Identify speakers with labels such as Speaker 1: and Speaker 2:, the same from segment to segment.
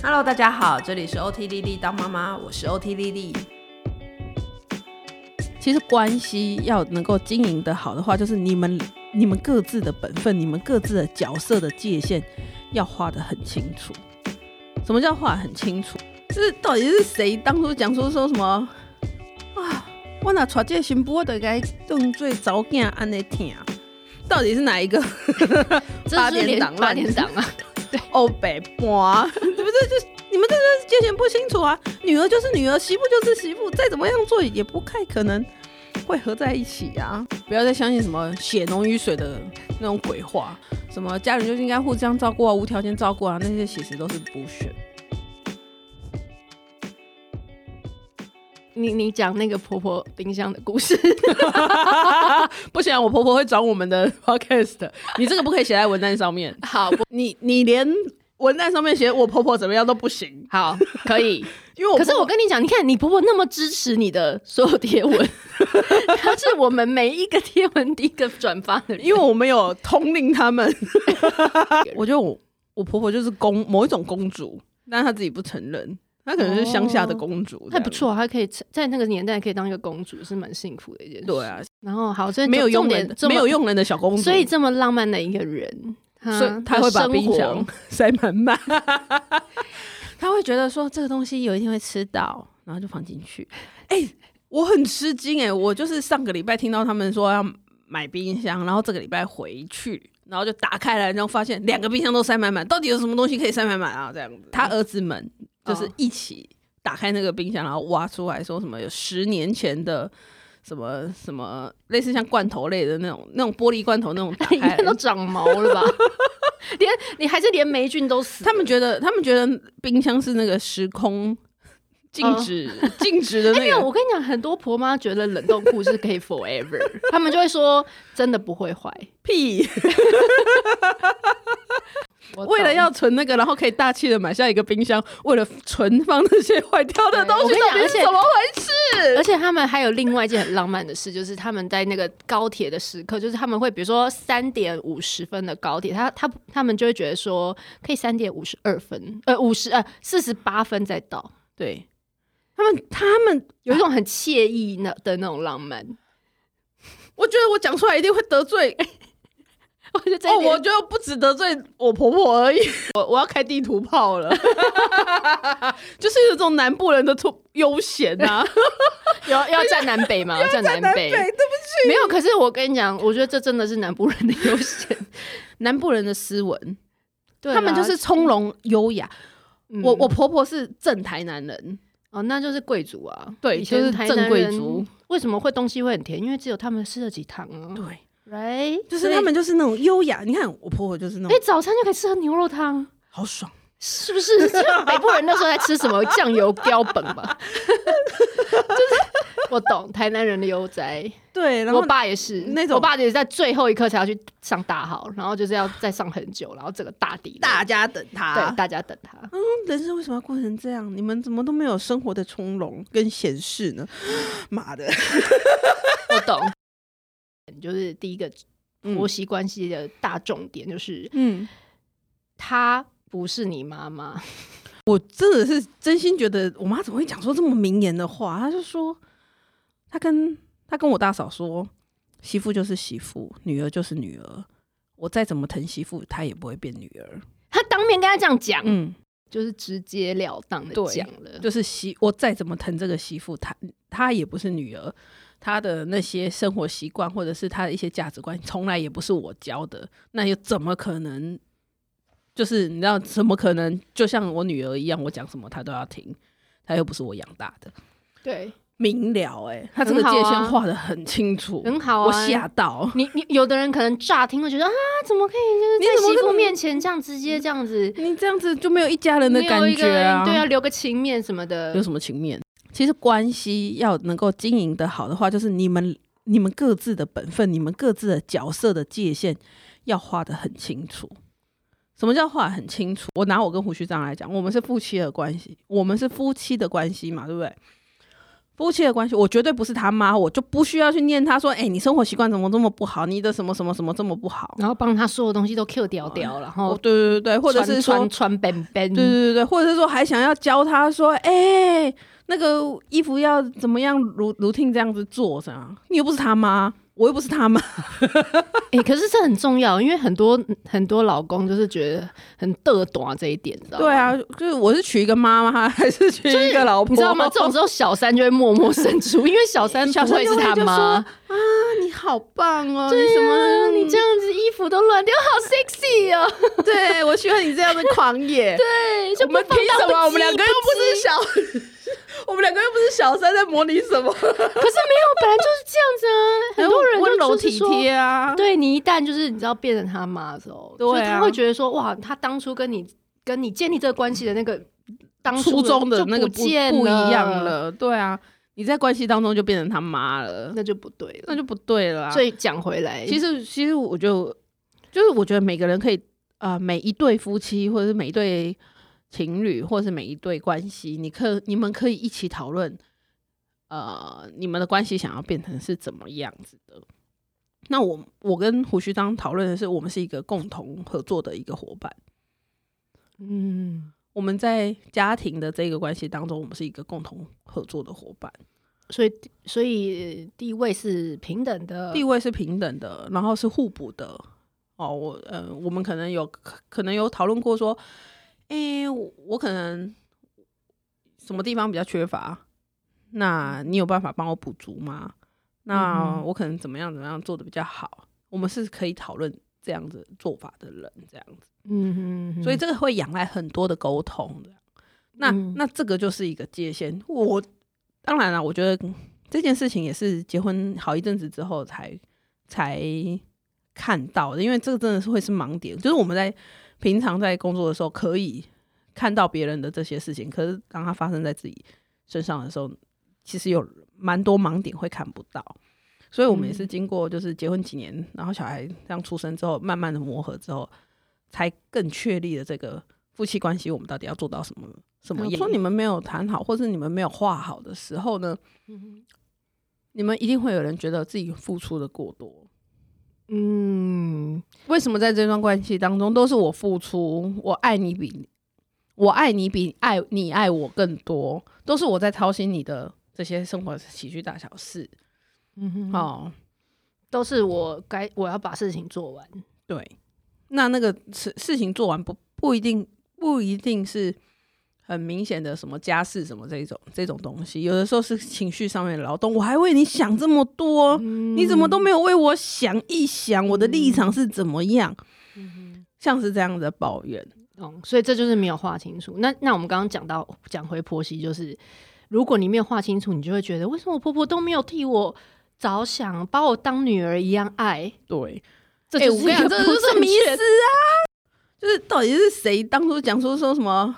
Speaker 1: Hello，大家好，这里是 OT 丽丽当妈妈，我是 OT 丽丽。其实关系要能够经营的好的话，就是你们你们各自的本分，你们各自的角色的界限要画得很清楚。什么叫画得很清楚？就是到底是谁当初讲出说什么啊？我若娶这个新妇，我就该用最早囝安尼听。到底是哪一个？
Speaker 2: 这
Speaker 1: 八
Speaker 2: 是
Speaker 1: 点
Speaker 2: 连
Speaker 1: 档
Speaker 2: 八
Speaker 1: 乱
Speaker 2: 点档啊，
Speaker 1: 欧北半，对不对？就是 你们这个界限不清楚啊！女儿就是女儿，媳妇就是媳妇，再怎么样做也不太可能会合在一起啊！不要再相信什么血浓于水的那种鬼话，什么家人就是应该互相照顾啊，无条件照顾啊，那些其实都是不血。
Speaker 2: 你你讲那个婆婆冰箱的故 事，
Speaker 1: 不行、啊，我婆婆会转我们的 podcast，你这个不可以写在文案上面，
Speaker 2: 好不
Speaker 1: 你你连文案上面写我婆婆怎么样都不行，
Speaker 2: 好？可以。
Speaker 1: 因为我
Speaker 2: 可是
Speaker 1: 婆
Speaker 2: 我跟你讲，你看你婆婆那么支持你的所有 贴文，她是我们每一个贴文第一个转发的人，
Speaker 1: 因为我们有通令他们， 我觉得我我婆婆就是公某一种公主，但是她自己不承认，她可能是乡下的公主，
Speaker 2: 哦 还不。错，她可以成在那个年代可以当一个公主，是蛮幸福的一件事。
Speaker 1: 对啊，
Speaker 2: 然后好，所以
Speaker 1: 没有
Speaker 2: 重
Speaker 1: 用
Speaker 2: 点
Speaker 1: 人，
Speaker 2: 这么
Speaker 1: 没有，用人的小公主，
Speaker 2: 所以这么浪漫的一个人，
Speaker 1: 所以她会把
Speaker 2: 的生
Speaker 1: 冰
Speaker 2: 活
Speaker 1: 箱 塞满满，她会觉得说这个东西有一天会吃到，然后就放进去。哎、我很吃惊哎、我就是上个礼拜听到他们说要买冰箱，然后这个礼拜回去。然后就打开来，然后发现两个冰箱都塞满满，到底有什么东西可以塞满满啊？这样子，他儿子们就是一起打开那个冰箱，然后挖出来说什么有十年前的什么什么类似像罐头类的那种那种玻璃罐头那种打
Speaker 2: 你
Speaker 1: 开来，
Speaker 2: 看都长毛 了吧？连你还是连霉菌都死了，
Speaker 1: 他们觉得，他们觉得冰箱是那个时空静止、静止的
Speaker 2: 哎
Speaker 1: 那
Speaker 2: 呀，
Speaker 1: 个。
Speaker 2: 我跟你讲，很多婆妈觉得冷冻库是可 以 forever，他们就会说真的不会坏。
Speaker 1: 屁！
Speaker 2: 我
Speaker 1: 为了
Speaker 2: 懂
Speaker 1: 要存那个，然后可以大气的买下一个冰箱，为了存放那些坏掉的东
Speaker 2: 对我
Speaker 1: 西，
Speaker 2: 跟
Speaker 1: 到
Speaker 2: 你讲
Speaker 1: 底是
Speaker 2: 而且
Speaker 1: 怎么回事？
Speaker 2: 而且他们还有另外一件很浪漫的事，就是他们在那个高铁的时刻，就是他们会比如说三点五十分的高铁，他他他们就会觉得说可以三点五十二分，呃五十呃四十八分再到，
Speaker 1: 对他们，他们，
Speaker 2: 有一种很惬意那的那种浪漫。
Speaker 1: 我觉得我讲出来一定会得罪
Speaker 2: 我觉得这
Speaker 1: 哦，
Speaker 2: 一点
Speaker 1: 我觉得不止得罪我婆婆而已， 我我要开地图炮了， 就是有种南部人的突悠闲啊，
Speaker 2: 有要站南 北吗？站南
Speaker 1: 南
Speaker 2: 北。
Speaker 1: 对
Speaker 2: 没有，可是我跟你讲，我觉得这真的是南部人的 优先。
Speaker 1: 南部人的斯文，
Speaker 2: 对
Speaker 1: 他们就
Speaker 2: 啦
Speaker 1: 是从容优雅，
Speaker 2: 嗯
Speaker 1: 我我婆婆是正台南人，
Speaker 2: 哦，那就是贵族啊，
Speaker 1: 对
Speaker 2: 以前
Speaker 1: 就是
Speaker 2: 台
Speaker 1: 正
Speaker 2: 南
Speaker 1: 贵
Speaker 2: 人
Speaker 1: 族。
Speaker 2: 为什么会东西会很甜？因为只有他们吃得起糖啊
Speaker 1: 对，
Speaker 2: ，right？
Speaker 1: 就是他们就是那种优雅。你看我婆婆就是那
Speaker 2: 所以，哎、
Speaker 1: 种
Speaker 2: 早餐就可以吃喝牛肉汤，
Speaker 1: 好爽，
Speaker 2: 是不是？ 就北部人那时候在吃什么酱油标本吧？ 就是我懂台南人的悠哉，
Speaker 1: 对， 然后
Speaker 2: 我爸也是
Speaker 1: 那种
Speaker 2: 我爸也是在最后一刻才要去上大号，然后就是要再上很久，然后整个大底
Speaker 1: 大家等
Speaker 2: 对
Speaker 1: 她。
Speaker 2: 大家等他。
Speaker 1: 人生为什么要过成这样？你们怎么都没有生活的从容跟闲适呢？ 妈的，
Speaker 2: 我懂。就是第一个婆媳关系的大重点，就是
Speaker 1: 嗯，
Speaker 2: 她不是你妈妈，
Speaker 1: 我真的是真心觉得我妈怎么会讲出这么名言的话？她就说，她跟她跟我大嫂说，媳妇就是媳妇，女儿就是女儿。我再怎么疼媳妇，她也不会变女儿。
Speaker 2: 她当面跟她这样讲，
Speaker 1: 嗯，
Speaker 2: 就是直截了当的
Speaker 1: 对
Speaker 2: 讲了。
Speaker 1: 就是媳，我再怎么疼这个媳妇，她她也不是女儿，她的那些生活习惯或者是她的一些价值观，从来也不是我教的，那又怎么可能？就是你知道，怎么可能？就像我女儿一样，我讲什么她都要听，她又不是我养大的。
Speaker 2: 对，
Speaker 1: 明了、欸，哎，她这个
Speaker 2: 很
Speaker 1: 界
Speaker 2: 好啊
Speaker 1: 限画的很清楚，
Speaker 2: 很好啊。
Speaker 1: 我吓到。
Speaker 2: 你你有的人可能乍听会觉得啊，怎么可以就
Speaker 1: 你
Speaker 2: 是
Speaker 1: 怎么
Speaker 2: 在媳
Speaker 1: 可
Speaker 2: 妇
Speaker 1: 能
Speaker 2: 面前这样直接这样子，
Speaker 1: 你这样子就没有一家人的
Speaker 2: 没有
Speaker 1: 感
Speaker 2: 一
Speaker 1: 觉
Speaker 2: 个人
Speaker 1: 啊！
Speaker 2: 对啊，留个情面什么的
Speaker 1: 有。什么情面？其实关系要能够经营的好的话，就是你们你们各自的本分，你们各自的角色的界限要画得很清楚。什么叫画得很清楚？我拿我跟胡须章来讲，我们是夫妻的关系，我们是夫妻的关系嘛，对不对？夫妻的关系，我绝对不是他妈，我就不需要去念他说，哎、你生活习惯怎么这么不好，你的什么什么什么这么不好。
Speaker 2: 然后帮他所有东西都 Q 掉掉，然
Speaker 1: 哦
Speaker 2: 后，
Speaker 1: 对对对对，或者是说，
Speaker 2: 穿穿本本，
Speaker 1: 对对对对，或者是说还想要教他说，哎、那个衣服要怎么样如如听这样子做，这样你又不是他妈，我又不是他妈，
Speaker 2: 哎、可是这很重要，因为很多很多老公就是觉得很嘚短这一点，你知道吗？
Speaker 1: 对啊，就是我是娶一个妈妈，还是娶一个老婆，
Speaker 2: 你知道吗？这种时候小三就会默默生出，因为小三
Speaker 1: 小
Speaker 2: 不
Speaker 1: 三
Speaker 2: 会
Speaker 1: 就是
Speaker 2: 他
Speaker 1: 会就
Speaker 2: 妈
Speaker 1: 说。啊你好棒哦，
Speaker 2: 对
Speaker 1: 你什
Speaker 2: 啊
Speaker 1: 么，
Speaker 2: 你这样子衣服都乱掉，好 sexy 哦！
Speaker 1: 对我喜欢你这样的狂 野。
Speaker 2: 对，就
Speaker 1: 我们
Speaker 2: 不
Speaker 1: 凭什
Speaker 2: 放荡不
Speaker 1: 么？我们
Speaker 2: 羁
Speaker 1: 两个又
Speaker 2: 不
Speaker 1: 不是小， 我们两个又不是小三，在模拟什么？
Speaker 2: 羁 可是没有，本来就是这样子啊。很多人
Speaker 1: 温
Speaker 2: 就
Speaker 1: 柔
Speaker 2: 就是
Speaker 1: 体
Speaker 2: 说
Speaker 1: 贴啊，
Speaker 2: 对你一旦就是你知道变成他妈的时候，
Speaker 1: 对啊
Speaker 2: 就是他会觉得说哇，他当初跟你跟你建立这个关系的那个当初
Speaker 1: 初衷的
Speaker 2: 啊就
Speaker 1: 那个
Speaker 2: 不
Speaker 1: 不
Speaker 2: 见
Speaker 1: 不一样
Speaker 2: 了，
Speaker 1: 了。对啊，你在关系当中就变成他妈了，
Speaker 2: 那就不对了。
Speaker 1: 那就不对了啊、
Speaker 2: 所以讲回来，
Speaker 1: 其实，其实我就就是我觉得每个人可以啊、呃每一对夫妻或者是每一对情侣，或者是每一对关系，你可你们可以一起讨论，呃，你们的关系想要变成是怎么样子的。那我我跟胡须章讨论的是，我们是一个共同合作的一个伙伴。
Speaker 2: 嗯，
Speaker 1: 我们在家庭的这个关系当中，我们是一个共同合作的伙伴，
Speaker 2: 所以所以地位是平等的，
Speaker 1: 地位是平等的，然后是互补的。哦，我呃，我们可能有可能有讨论过说，诶，我我可能什么地方比较缺乏，那你有办法帮我补足吗？那我可能怎么样怎么样做的比较好？我们是可以讨论这样子做法的人，这样子，
Speaker 2: 嗯嗯，
Speaker 1: 所以这个会仰赖很多的沟通的。那、
Speaker 2: 嗯
Speaker 1: 那这个就是一个界限。我当然了，我觉得这件事情也是结婚好一阵子之后才才看到的，因为这个真的是会是盲点。就是我们在平常在工作的时候可以看到别人的这些事情，可是当它发生在自己身上的时候，其实有蛮多盲点会看不到。所以我们也是经过就是结婚几年，然后小孩这样出生之后，慢慢的磨合之后，才更确立了这个夫妻关系，我们到底要做到什么什么样。
Speaker 2: 嗯
Speaker 1: 呃说你们没有谈好，或是你们没有画好的时候呢，
Speaker 2: 嗯
Speaker 1: 你们一定会有人觉得自己付出的过多。
Speaker 2: 嗯
Speaker 1: 为什么在这段关系当中都是我付出，我爱你比你我爱你比爱你爱我更多，都是我在操心你的这些生活起居大小事。
Speaker 2: 嗯，
Speaker 1: 哦，
Speaker 2: 都是我该我要把事情做完，
Speaker 1: 对，那那个事事情做完不不一定不一定是很明显的什么家事什么这一种这种东西，有的时候是情绪上面的劳动。我还为你想这么多，
Speaker 2: 嗯
Speaker 1: 你怎么都没有为我想一想我的立场是怎么样，像是这样的抱怨。
Speaker 2: 懂，所以这就是没有画清楚。那那我们刚刚讲到讲回婆媳，就是如果你没有画清楚，你就会觉得为什么我婆婆都没有替我着想，把我当女儿一样爱。
Speaker 1: 对，
Speaker 2: 这
Speaker 1: 哎
Speaker 2: 就
Speaker 1: 我
Speaker 2: 是
Speaker 1: 跟
Speaker 2: 一
Speaker 1: 你讲
Speaker 2: 个
Speaker 1: 这
Speaker 2: 不
Speaker 1: 就是
Speaker 2: 正
Speaker 1: 迷
Speaker 2: 确
Speaker 1: 失啊！就是到底是谁当初讲说说什么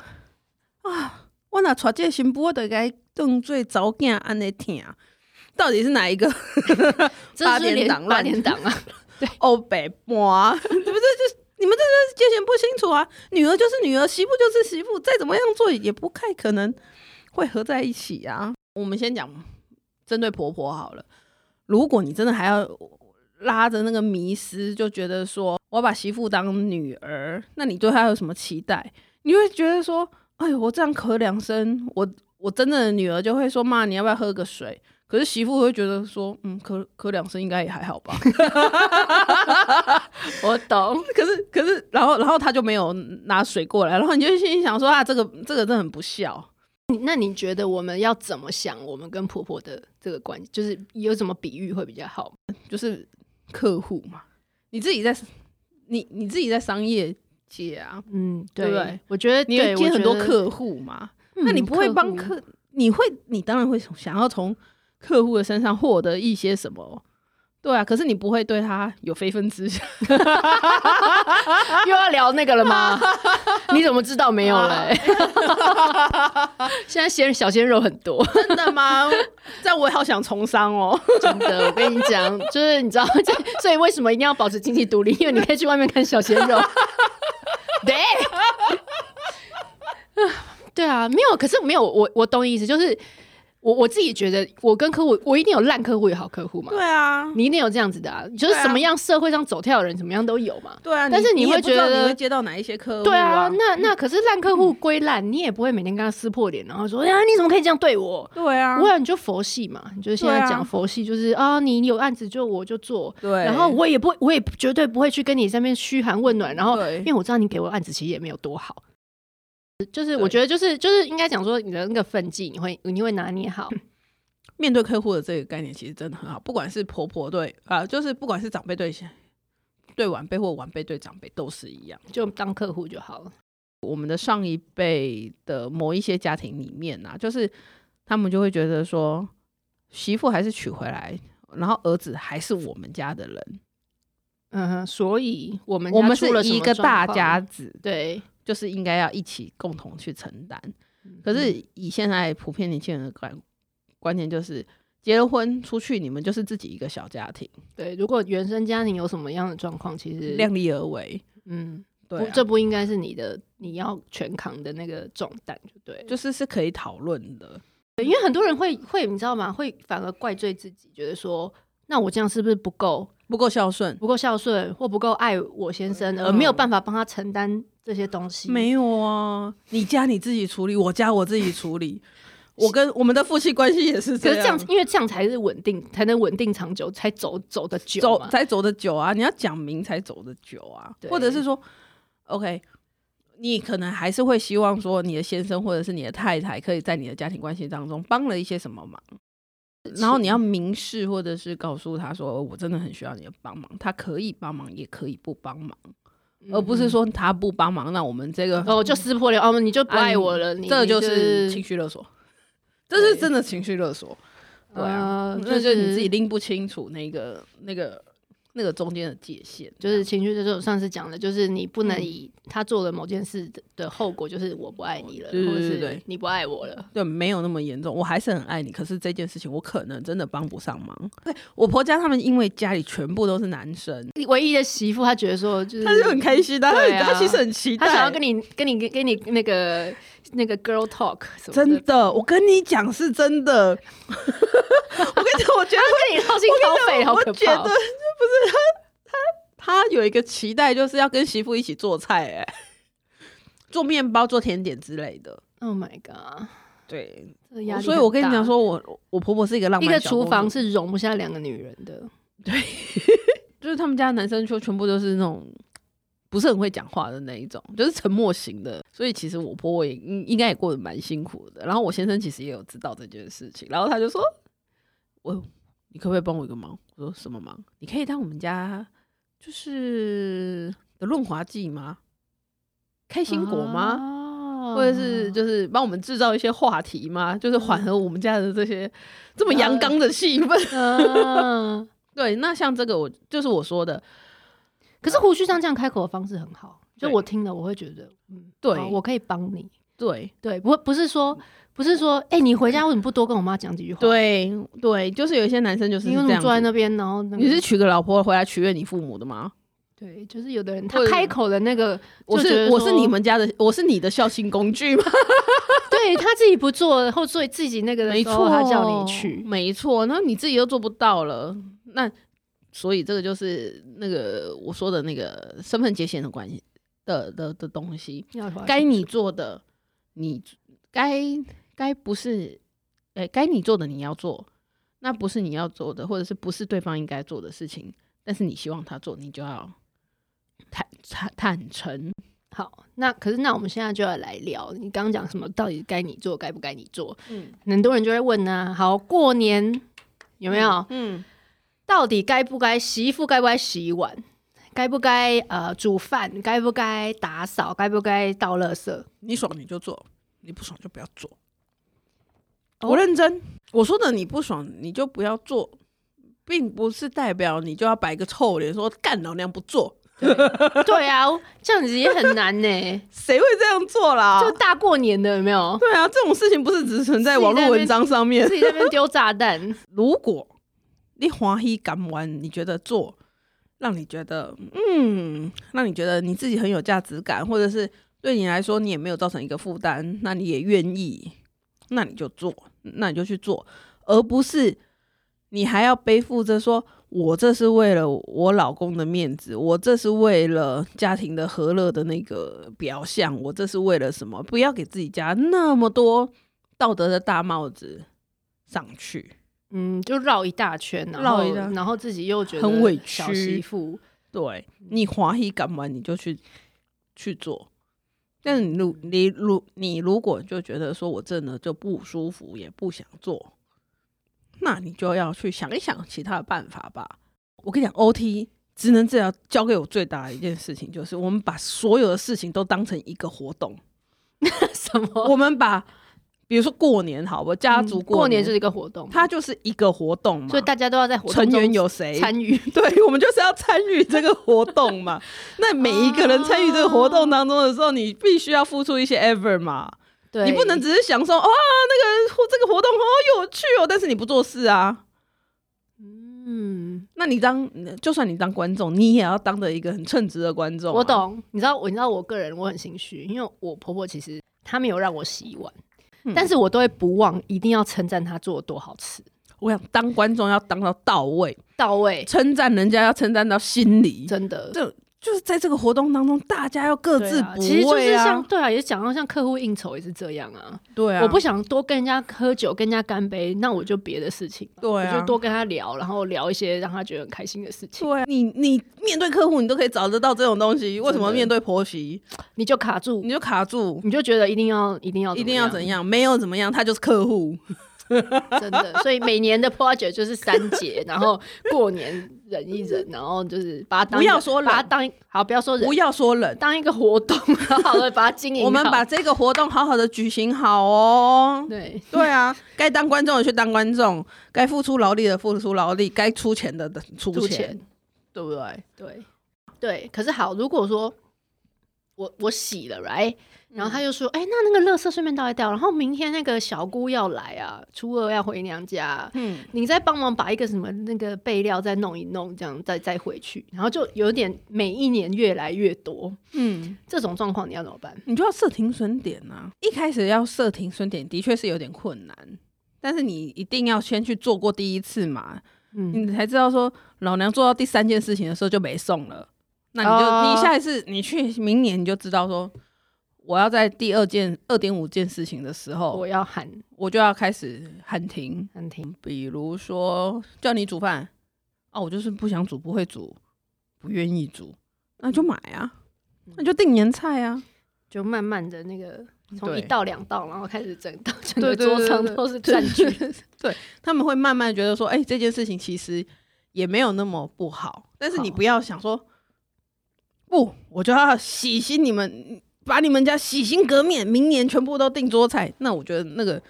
Speaker 1: 啊？我哪娶这个新妇，我得该当做早囝安尼听，到底是哪一个？
Speaker 2: 这
Speaker 1: 八
Speaker 2: 就是
Speaker 1: 点
Speaker 2: 连
Speaker 1: 档
Speaker 2: 八
Speaker 1: 乱
Speaker 2: 点档啊，
Speaker 1: 欧北摸， 你不是就是你们这就是界限不清楚啊！女儿就是女儿，媳妇就是媳妇，再怎么样做也不太可能会合在一起啊。我们先讲针对婆婆好了，如果你真的还要拉着那个迷失，就觉得说我要把媳妇当女儿，那你对她有什么期待？你会觉得说，哎呦，我这样咳两声，我我真正的女儿就会说妈，你要不要喝个水？可是媳妇会觉得说，嗯，咳咳两声应该也还好吧。
Speaker 2: 我懂。
Speaker 1: 可是可是，然后然后他就没有拿水过来，然后你就心里想说啊，这个这个真的很不孝。
Speaker 2: 你那你觉得我们要怎么想？我们跟婆婆的这个关系，就是有什么比喻会比较好？
Speaker 1: 就是客户嘛，你自己在你你自己在商业界啊，
Speaker 2: 嗯，
Speaker 1: 对不对
Speaker 2: 我觉得
Speaker 1: 你
Speaker 2: 对
Speaker 1: 接很多，
Speaker 2: 我觉得
Speaker 1: 客户嘛，那你
Speaker 2: 嗯
Speaker 1: 不会帮
Speaker 2: 户
Speaker 1: 客，你会你当然会想要从客户的身上获得一些什么。对啊，可是你不会对他有非分之想，
Speaker 2: 又要聊那个了 吗？你怎么知道没有了、 欸？现在鲜小鲜肉很多，
Speaker 1: 真的吗？这样我也好想从商 哦。
Speaker 2: 真的。我跟你讲，就是你知 道，这所以为什么一定要保持经济独立？因为你可以去外面看小鲜肉。 对，对啊，没有。可是没有，我我懂你意思，就是我我自己觉得，我跟客户，我一定有烂客户有好客户嘛，
Speaker 1: 对啊，
Speaker 2: 你一定有这样子的啊，就是
Speaker 1: 对啊
Speaker 2: 什么样社会上走跳的人，怎么样都有嘛。
Speaker 1: 对啊。
Speaker 2: 但是
Speaker 1: 你
Speaker 2: 你
Speaker 1: 也
Speaker 2: 会
Speaker 1: 不知道
Speaker 2: 觉得
Speaker 1: 你会接到哪一些客户、
Speaker 2: 对
Speaker 1: 啊
Speaker 2: 啊，，那那可是烂客户归烂，你也不会每天跟他撕破脸，然后说哎呀你怎么可以这样对我？
Speaker 1: 对啊
Speaker 2: 不，会啊，你就佛系嘛，你就是现在
Speaker 1: 对啊
Speaker 2: 讲佛系，就是啊你有案子就我就做，
Speaker 1: 对。
Speaker 2: 然后我也不我也绝对不会去跟你上面嘘寒问暖，然后
Speaker 1: 对
Speaker 2: 因为我知道你给我案子其实也没有多好，就是
Speaker 1: 对
Speaker 2: 我觉得就是就是应该讲说你的那个分际，你会你会拿捏好，
Speaker 1: 面对客户的这个概念其实真的很好，不管是婆婆对啊、就是不管是长辈对小对晚辈或晚辈对长辈都是一样。
Speaker 2: 就当客户就好了。
Speaker 1: 我们的上一辈的某一些家庭里面啊，就是他们就会觉得说，媳妇还是娶回来，然后儿子还是我们家的人，
Speaker 2: 嗯哼，所以我们
Speaker 1: 我
Speaker 2: 家
Speaker 1: 们
Speaker 2: 出
Speaker 1: 是
Speaker 2: 了什
Speaker 1: 一
Speaker 2: 么
Speaker 1: 个
Speaker 2: 状
Speaker 1: 大
Speaker 2: 况
Speaker 1: 家子，
Speaker 2: 对，
Speaker 1: 就是应该要一起共同去承担。可
Speaker 2: 嗯
Speaker 1: 是以现在普遍年轻人的观观念就是，结了婚出去，你们就是自己一个小家庭，
Speaker 2: 对，如果原生家庭有什么样的状况，其实
Speaker 1: 量力而为。
Speaker 2: 嗯，
Speaker 1: 对
Speaker 2: 不
Speaker 1: 啊、
Speaker 2: 这不应该是你的你要全扛的那个重担，就对了，
Speaker 1: 就是是可以讨论的。
Speaker 2: 对因为很多人会会你知道吗？会反而怪罪自己，觉得说。那我这样是不是不够
Speaker 1: 不够孝顺？
Speaker 2: 不够孝顺，或不够爱我先生，而没有办法帮他承担这些东西？
Speaker 1: 嗯没有啊，你家你自己处理，我家我自己处 理。我跟我们的夫妻关系也是
Speaker 2: 可
Speaker 1: 这
Speaker 2: 是这
Speaker 1: 样
Speaker 2: 样，，因为这样才是稳定，才能稳定长久，才走走得久
Speaker 1: 走
Speaker 2: 嘛。
Speaker 1: 才走得久啊，你要讲明才走得久啊，
Speaker 2: 对
Speaker 1: 或者是说，OK。你可能还是会希望说，你的先生或者是你的太太，可以在你的家庭关系当中帮了一些什么忙，然后你要明示或者是告诉他说，哦我真的很需要你的帮忙，他可以帮忙，也可以不帮忙，而不是说他不帮忙，那我们这个
Speaker 2: 哦，就撕破脸哦，你就不
Speaker 1: 啊
Speaker 2: 爱
Speaker 1: 你
Speaker 2: 我了，你
Speaker 1: 这
Speaker 2: 你
Speaker 1: 就是情绪勒索，这是真的情绪勒索。对啊
Speaker 2: 呃，
Speaker 1: 那就是你自己
Speaker 2: 是
Speaker 1: 拎不清楚那个、那个、那个中间的界限，
Speaker 2: 就是情绪，就是我上次讲的，就是你不能
Speaker 1: 嗯
Speaker 2: 以他做了某件事的的后果，就是我不爱你了，
Speaker 1: 对对
Speaker 2: 或者
Speaker 1: 对对
Speaker 2: 是
Speaker 1: 对
Speaker 2: 你不爱我了。
Speaker 1: 对，没有那么严重。我还是很爱你，可是这件事情我可能真的帮不上忙。对我婆家他们，因为家里全部都是男生，
Speaker 2: 唯一的媳妇，她觉得说，就是
Speaker 1: 他就很开心，他很、
Speaker 2: 对啊
Speaker 1: 他其实很期待，
Speaker 2: 她想要跟你、跟你、跟你那个那个 girl talk 什么的，
Speaker 1: 真的，我跟你讲是真的。 我跟你 讲，我觉得
Speaker 2: 跟你掏 心掏肺，好
Speaker 1: 我
Speaker 2: 可
Speaker 1: 觉
Speaker 2: 怕
Speaker 1: 得
Speaker 2: 哦。
Speaker 1: 这不是他，他他有一个期待，就是要跟媳妇一起做菜、哎， 做面包、做甜点之类的。
Speaker 2: Oh my god，
Speaker 1: 对，
Speaker 2: 这个压力
Speaker 1: 哦所以我
Speaker 2: 很
Speaker 1: 跟你
Speaker 2: 大
Speaker 1: 讲，，说我我婆婆是一个浪
Speaker 2: 一
Speaker 1: 漫
Speaker 2: 个
Speaker 1: 小公
Speaker 2: 厨
Speaker 1: 主
Speaker 2: 房是容不下两个女人的。
Speaker 1: 就是他们家的男生就全部都是那种不是很会讲话的那一种，就是沉默型的。所以其实我婆婆也应应该也过得蛮辛苦的。然后我先生其实也有知道这件事情，然后他就说：“我，你可不可以帮我一个忙？”我说：“什么忙？你可以当我们家就是的润滑剂吗？开心果吗？
Speaker 2: 吗
Speaker 1: 或者是 就是帮我们制造一些话题吗？就是缓和我们家的这些这么阳刚的气氛。
Speaker 2: 嗯，
Speaker 1: 对，那像这个我就是我说的，
Speaker 2: 可是胡须上这样开口的方式很好，就
Speaker 1: 对
Speaker 2: 我听了我会觉得，嗯，
Speaker 1: 对
Speaker 2: 好我可以帮你。
Speaker 1: 对，
Speaker 2: 对，不不是说不是说，哎、你回家为什么不多跟我妈讲几句
Speaker 1: 嗯
Speaker 2: 话？，
Speaker 1: 对对，就是有一些男生就是
Speaker 2: 你为什
Speaker 1: 这
Speaker 2: 么
Speaker 1: 样
Speaker 2: 坐在
Speaker 1: 子。
Speaker 2: 那边，然后、那个
Speaker 1: 你是娶个老婆回来取悦你父母的吗？
Speaker 2: 对，就是有的人他
Speaker 1: 或者
Speaker 2: 开口的那个，
Speaker 1: 我
Speaker 2: 就觉得
Speaker 1: 是
Speaker 2: 说
Speaker 1: 我是你，们家的，我是你的孝心工具吗？
Speaker 2: 对他自己不做，后做自己那个的
Speaker 1: 没
Speaker 2: 时候，
Speaker 1: 错，
Speaker 2: 他叫你去，
Speaker 1: 没错，那你自己又做不到了，那所以这个就是那个我说的那个身份界限的关系的的的东西，
Speaker 2: 要回来
Speaker 1: 该你做的，你该该不是，哎、该你做的你要做，那不是你要做的，或者是不是对方应该做的事情，但是你希望他做，你就要坦坦坦诚。
Speaker 2: 好。那可是那我们现在就要来聊，你刚刚讲什么？到底该你做，该不该你做？
Speaker 1: 嗯，
Speaker 2: 很多人就会问啊，好，过年有没有？
Speaker 1: 嗯，
Speaker 2: 到底该不该洗衣服，该不该洗碗，该不该呃煮饭，该不该打扫，该不该倒垃圾？
Speaker 1: 你爽你就做，你不爽就不要做。
Speaker 2: 哦
Speaker 1: 我认真，我说的你不爽你就不要做，并不是代表你就要摆个臭脸说干老娘不做，
Speaker 2: 对啊，这样子也很难呢、
Speaker 1: 谁会这样做啦？
Speaker 2: 就大过年的有没有？
Speaker 1: 对啊，这种事情不是只存在网络文章上面
Speaker 2: 自。己在那边丢炸弹，
Speaker 1: 如果你欢喜敢玩，你觉得做让你觉得嗯，让你觉得你自己很有价值感，或者是对你来说你也没有造成一个负担，那你也愿意，那你就做，那你就去做，而不是你还要背负着说。我这是为了我老公的面子，我这是为了家庭的和乐的那个表象，我这是为了什么？不要给自己加那么多 道德的大帽子上去。
Speaker 2: 嗯，就绕一大圈，然
Speaker 1: 绕
Speaker 2: 后
Speaker 1: 一大
Speaker 2: 然后自己又觉得
Speaker 1: 很委
Speaker 2: 小
Speaker 1: 屈
Speaker 2: 媳妇，
Speaker 1: 对你华裔干嘛你就去去做，但你如你如你如果就觉得说我真的就不舒服，也不想做，那你就要去想一想其他的办法吧。我跟你讲，OT 职能治疗交给我最大的一件事情就是，我们把所有的事情都当成一个活动，
Speaker 2: 什么
Speaker 1: 我们把比如说过年好吧，家族
Speaker 2: 哦嗯过
Speaker 1: 年,、
Speaker 2: 年就是一个活动，
Speaker 1: 它就是一个活动嘛，
Speaker 2: 所以大家都要在活动
Speaker 1: 成
Speaker 2: 中
Speaker 1: 员有谁
Speaker 2: 参 与，
Speaker 1: 对，我们就是要参与这个活动 嘛。那每一个人参与这个活
Speaker 2: 哦
Speaker 1: 动当中的时候，你必须要付出一些 effort 嘛。
Speaker 2: 对
Speaker 1: 你不能只是享受哇，那个这个活动好有趣哦，但是你不做事啊。
Speaker 2: 嗯，
Speaker 1: 那你当就算你当观众，你也要当的一个很称职的观众、啊
Speaker 2: 我。懂，你知道我，你知道我个人我很心虚，因为我婆婆其实她没有让我洗碗，
Speaker 1: 嗯
Speaker 2: 但是我都会不忘一定要称赞她做的多好吃，
Speaker 1: 我想当观众要当到到位，
Speaker 2: 到 位，
Speaker 1: 称赞人家要称赞到心里。
Speaker 2: 真的。
Speaker 1: 这就是在这个活动当中，大家要各
Speaker 2: 对
Speaker 1: 自
Speaker 2: 啊
Speaker 1: 补
Speaker 2: 其实就是
Speaker 1: 位
Speaker 2: 像
Speaker 1: 啊。
Speaker 2: 对啊，也讲到像客户应酬也是这样啊。
Speaker 1: 对啊，
Speaker 2: 我不想多跟人家喝酒，跟人家干杯，那我就别的事情，
Speaker 1: 对
Speaker 2: 我
Speaker 1: 啊
Speaker 2: 就，多跟他聊，然后聊一些让他觉得很开心的事情。
Speaker 1: 对啊，你你面对客户，你都可以找得到这种东西，为什么
Speaker 2: 真的
Speaker 1: 面对婆媳？
Speaker 2: 你就卡住，
Speaker 1: 你就卡住，
Speaker 2: 你就觉得一定要一定要
Speaker 1: 一定要怎
Speaker 2: 样，
Speaker 1: 样？没有怎么样，他就是客户。
Speaker 2: 真的。所以每年的 project 就是三节，然后过年忍一忍，然后就是把它当一个
Speaker 1: 不要说忍
Speaker 2: 把它当一好，不要说忍
Speaker 1: 不，要说冷，
Speaker 2: 当一个活动， 好好的把它经营好。
Speaker 1: 我们把这个活动好好的举行好哦。
Speaker 2: 对
Speaker 1: 对啊，该当观众的去当观众，该付出劳力的付出劳力，该出钱的的出
Speaker 2: 出
Speaker 1: 钱
Speaker 2: 钱，，
Speaker 1: 对不对？
Speaker 2: 对对。可是好，如果说我我洗了，right，然后
Speaker 1: 嗯
Speaker 2: 他就说，哎、那那个垃圾顺便倒一倒，然后明天那个小姑要来啊，初二要回娘家啊、
Speaker 1: 嗯，
Speaker 2: 你再帮忙把一个什么那个备料再弄一弄，这样再再回去，然后就有点每一年越来越多，
Speaker 1: 嗯，
Speaker 2: 这种状况你要怎么办？
Speaker 1: 你就要设停损点啊。一开始要设停损点的确是有点困难，但是你一定要先去做过第一次嘛，
Speaker 2: 嗯，
Speaker 1: 你才知道说老娘做到第三件事情的时候就没送了。那你就、
Speaker 2: 哦
Speaker 1: 你下一次你去明年你就知道说，我要在第二件二点五件事情的时候，
Speaker 2: 我
Speaker 1: 我
Speaker 2: 要喊
Speaker 1: 就要开始喊停。
Speaker 2: 喊停，
Speaker 1: 比如说叫你煮饭，啊，我就是不想煮，不会煮，不愿意煮，那就买啊，
Speaker 2: 嗯
Speaker 1: 那就订年菜啊。
Speaker 2: 就慢慢的那个从
Speaker 1: 对
Speaker 2: 一道两道，然后开始整道整
Speaker 1: 对
Speaker 2: 个
Speaker 1: 对
Speaker 2: 桌
Speaker 1: 对
Speaker 2: 上
Speaker 1: 对
Speaker 2: 都是占据。
Speaker 1: 对 他们会慢慢觉得说，哎、这件事情其实也没有那么不好，但是你
Speaker 2: 好
Speaker 1: 不要想说，不，我就要洗心你们，把你们家洗心革面，明年全部都订桌菜。那我觉得那个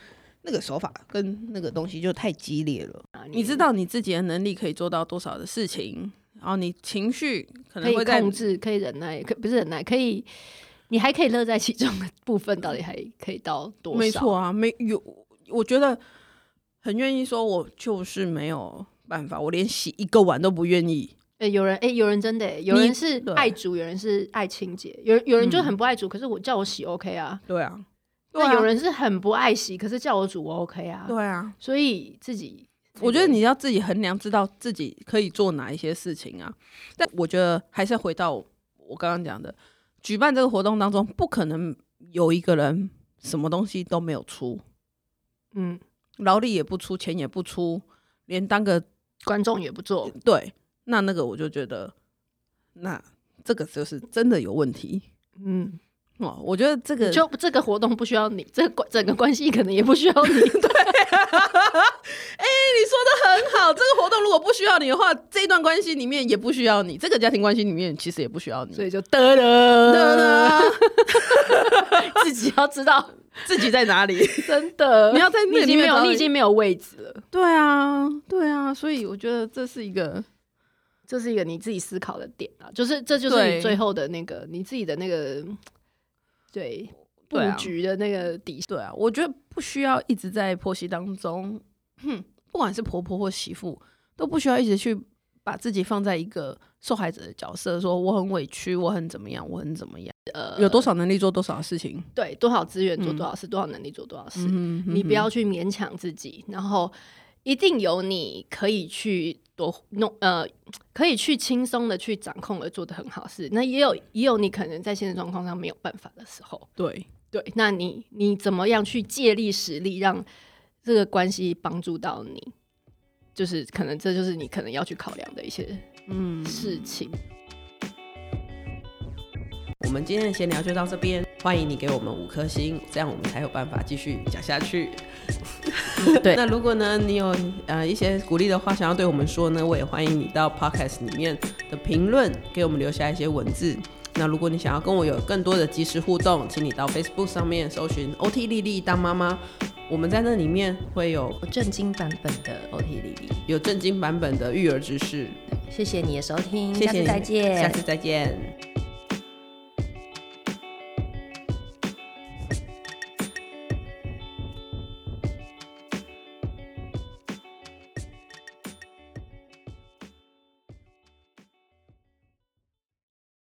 Speaker 1: 那个手法跟那个东西就太激烈了。
Speaker 2: 啊
Speaker 1: 你知道你自己的能力可以做到多少的事情，然后你情绪可
Speaker 2: 可
Speaker 1: 能
Speaker 2: 以
Speaker 1: 会在
Speaker 2: 控制，可以忍耐，可不是忍耐，可以你还可以乐在其中的部分，到底还可以到多少？
Speaker 1: 没错，啊，没有，我觉得很愿意说，我就是没有办法，我连洗一个碗都不愿意。
Speaker 2: 哎、有人哎、有人真的、欸，有
Speaker 1: 你
Speaker 2: 人是
Speaker 1: 对
Speaker 2: 爱煮，有人是爱清洁，有人有人就很不爱煮，可是我叫我洗 OK 啊。
Speaker 1: 对啊，对
Speaker 2: 那
Speaker 1: 啊
Speaker 2: 有人是很不爱洗，可是叫我煮我 OK 啊。
Speaker 1: 对啊，
Speaker 2: 所以自己，
Speaker 1: 我觉得你要自己衡量，知道自己可以做哪一些事情啊。但我觉得还是回到我刚刚讲的，举办这个活动当中，不可能有一个人什么东西都没有出，
Speaker 2: 嗯，
Speaker 1: 劳力也不出，钱也不出，连当个
Speaker 2: 观众也不做，
Speaker 1: 对，那那个我就觉得，那这个就是真的有问题
Speaker 2: 嗯，
Speaker 1: 哦。我觉得这个
Speaker 2: 就这个活动不需要你，这个关整个关系可能也不需要你。
Speaker 1: 你 说的很好，这个活动如果不需要你的话，这一段关系里面也不需要你，这个家庭关系里面其实也不需要你。
Speaker 2: 所以就啊得了， 自己要知道，
Speaker 1: 自己在哪里？
Speaker 2: 真 的，
Speaker 1: 你要在那
Speaker 2: 你已
Speaker 1: 里
Speaker 2: 经没
Speaker 1: 面找
Speaker 2: 有，
Speaker 1: 到
Speaker 2: 你已经没有位置了。
Speaker 1: 对啊，对啊，所以我觉得这是一个
Speaker 2: 这是一个你自己思考的点啊，就是这就是
Speaker 1: 对
Speaker 2: 你最后的那个你自己的那个对布
Speaker 1: 对啊
Speaker 2: 局的那个底线。
Speaker 1: 对啊，我觉得不需要一直在婆媳当中，哼，不管是婆婆或媳妇，都不需要一直去把自己放在一个受害者的角色，说我很委屈，我很怎么样，我很怎么样，
Speaker 2: 呃，
Speaker 1: 有多少能力做多少事情。
Speaker 2: 对多少资源做多少事，多少能力做多少事，
Speaker 1: 嗯哼，
Speaker 2: 你不
Speaker 1: 嗯
Speaker 2: 要去勉强自己，然后一定有你可以去多弄呃，可以去轻松的去掌控而做的很好事。那也有也有你可能在现实状况上没有办法的时候，
Speaker 1: 哼对，
Speaker 2: 对，那你你怎么样去借力使力，让这个关系帮助到你？就是可能这就是你可能要去考量的一些
Speaker 1: 嗯，
Speaker 2: 事情。
Speaker 3: 我们今天的闲聊就到这边，欢迎你给我们五颗星，这样我们才有办法继续讲下 去。
Speaker 2: 对
Speaker 3: 那如果呢，你有呃一些鼓励的话想要对我们说呢，我也欢迎你到 Podcast 里面的评论给我们留下一些文字。那如果你想要跟我有更多的即时互动，请你到 Facebook 上面搜寻 OT 丽丽当妈妈，我们在那里面会有
Speaker 4: 有正经版本的 OT 丽丽，
Speaker 3: 有正经版本的育儿知识。
Speaker 4: 谢谢你的收听，
Speaker 3: 谢
Speaker 4: 下
Speaker 3: 谢
Speaker 4: 次
Speaker 3: 你，
Speaker 4: 再见，
Speaker 3: 下次再见。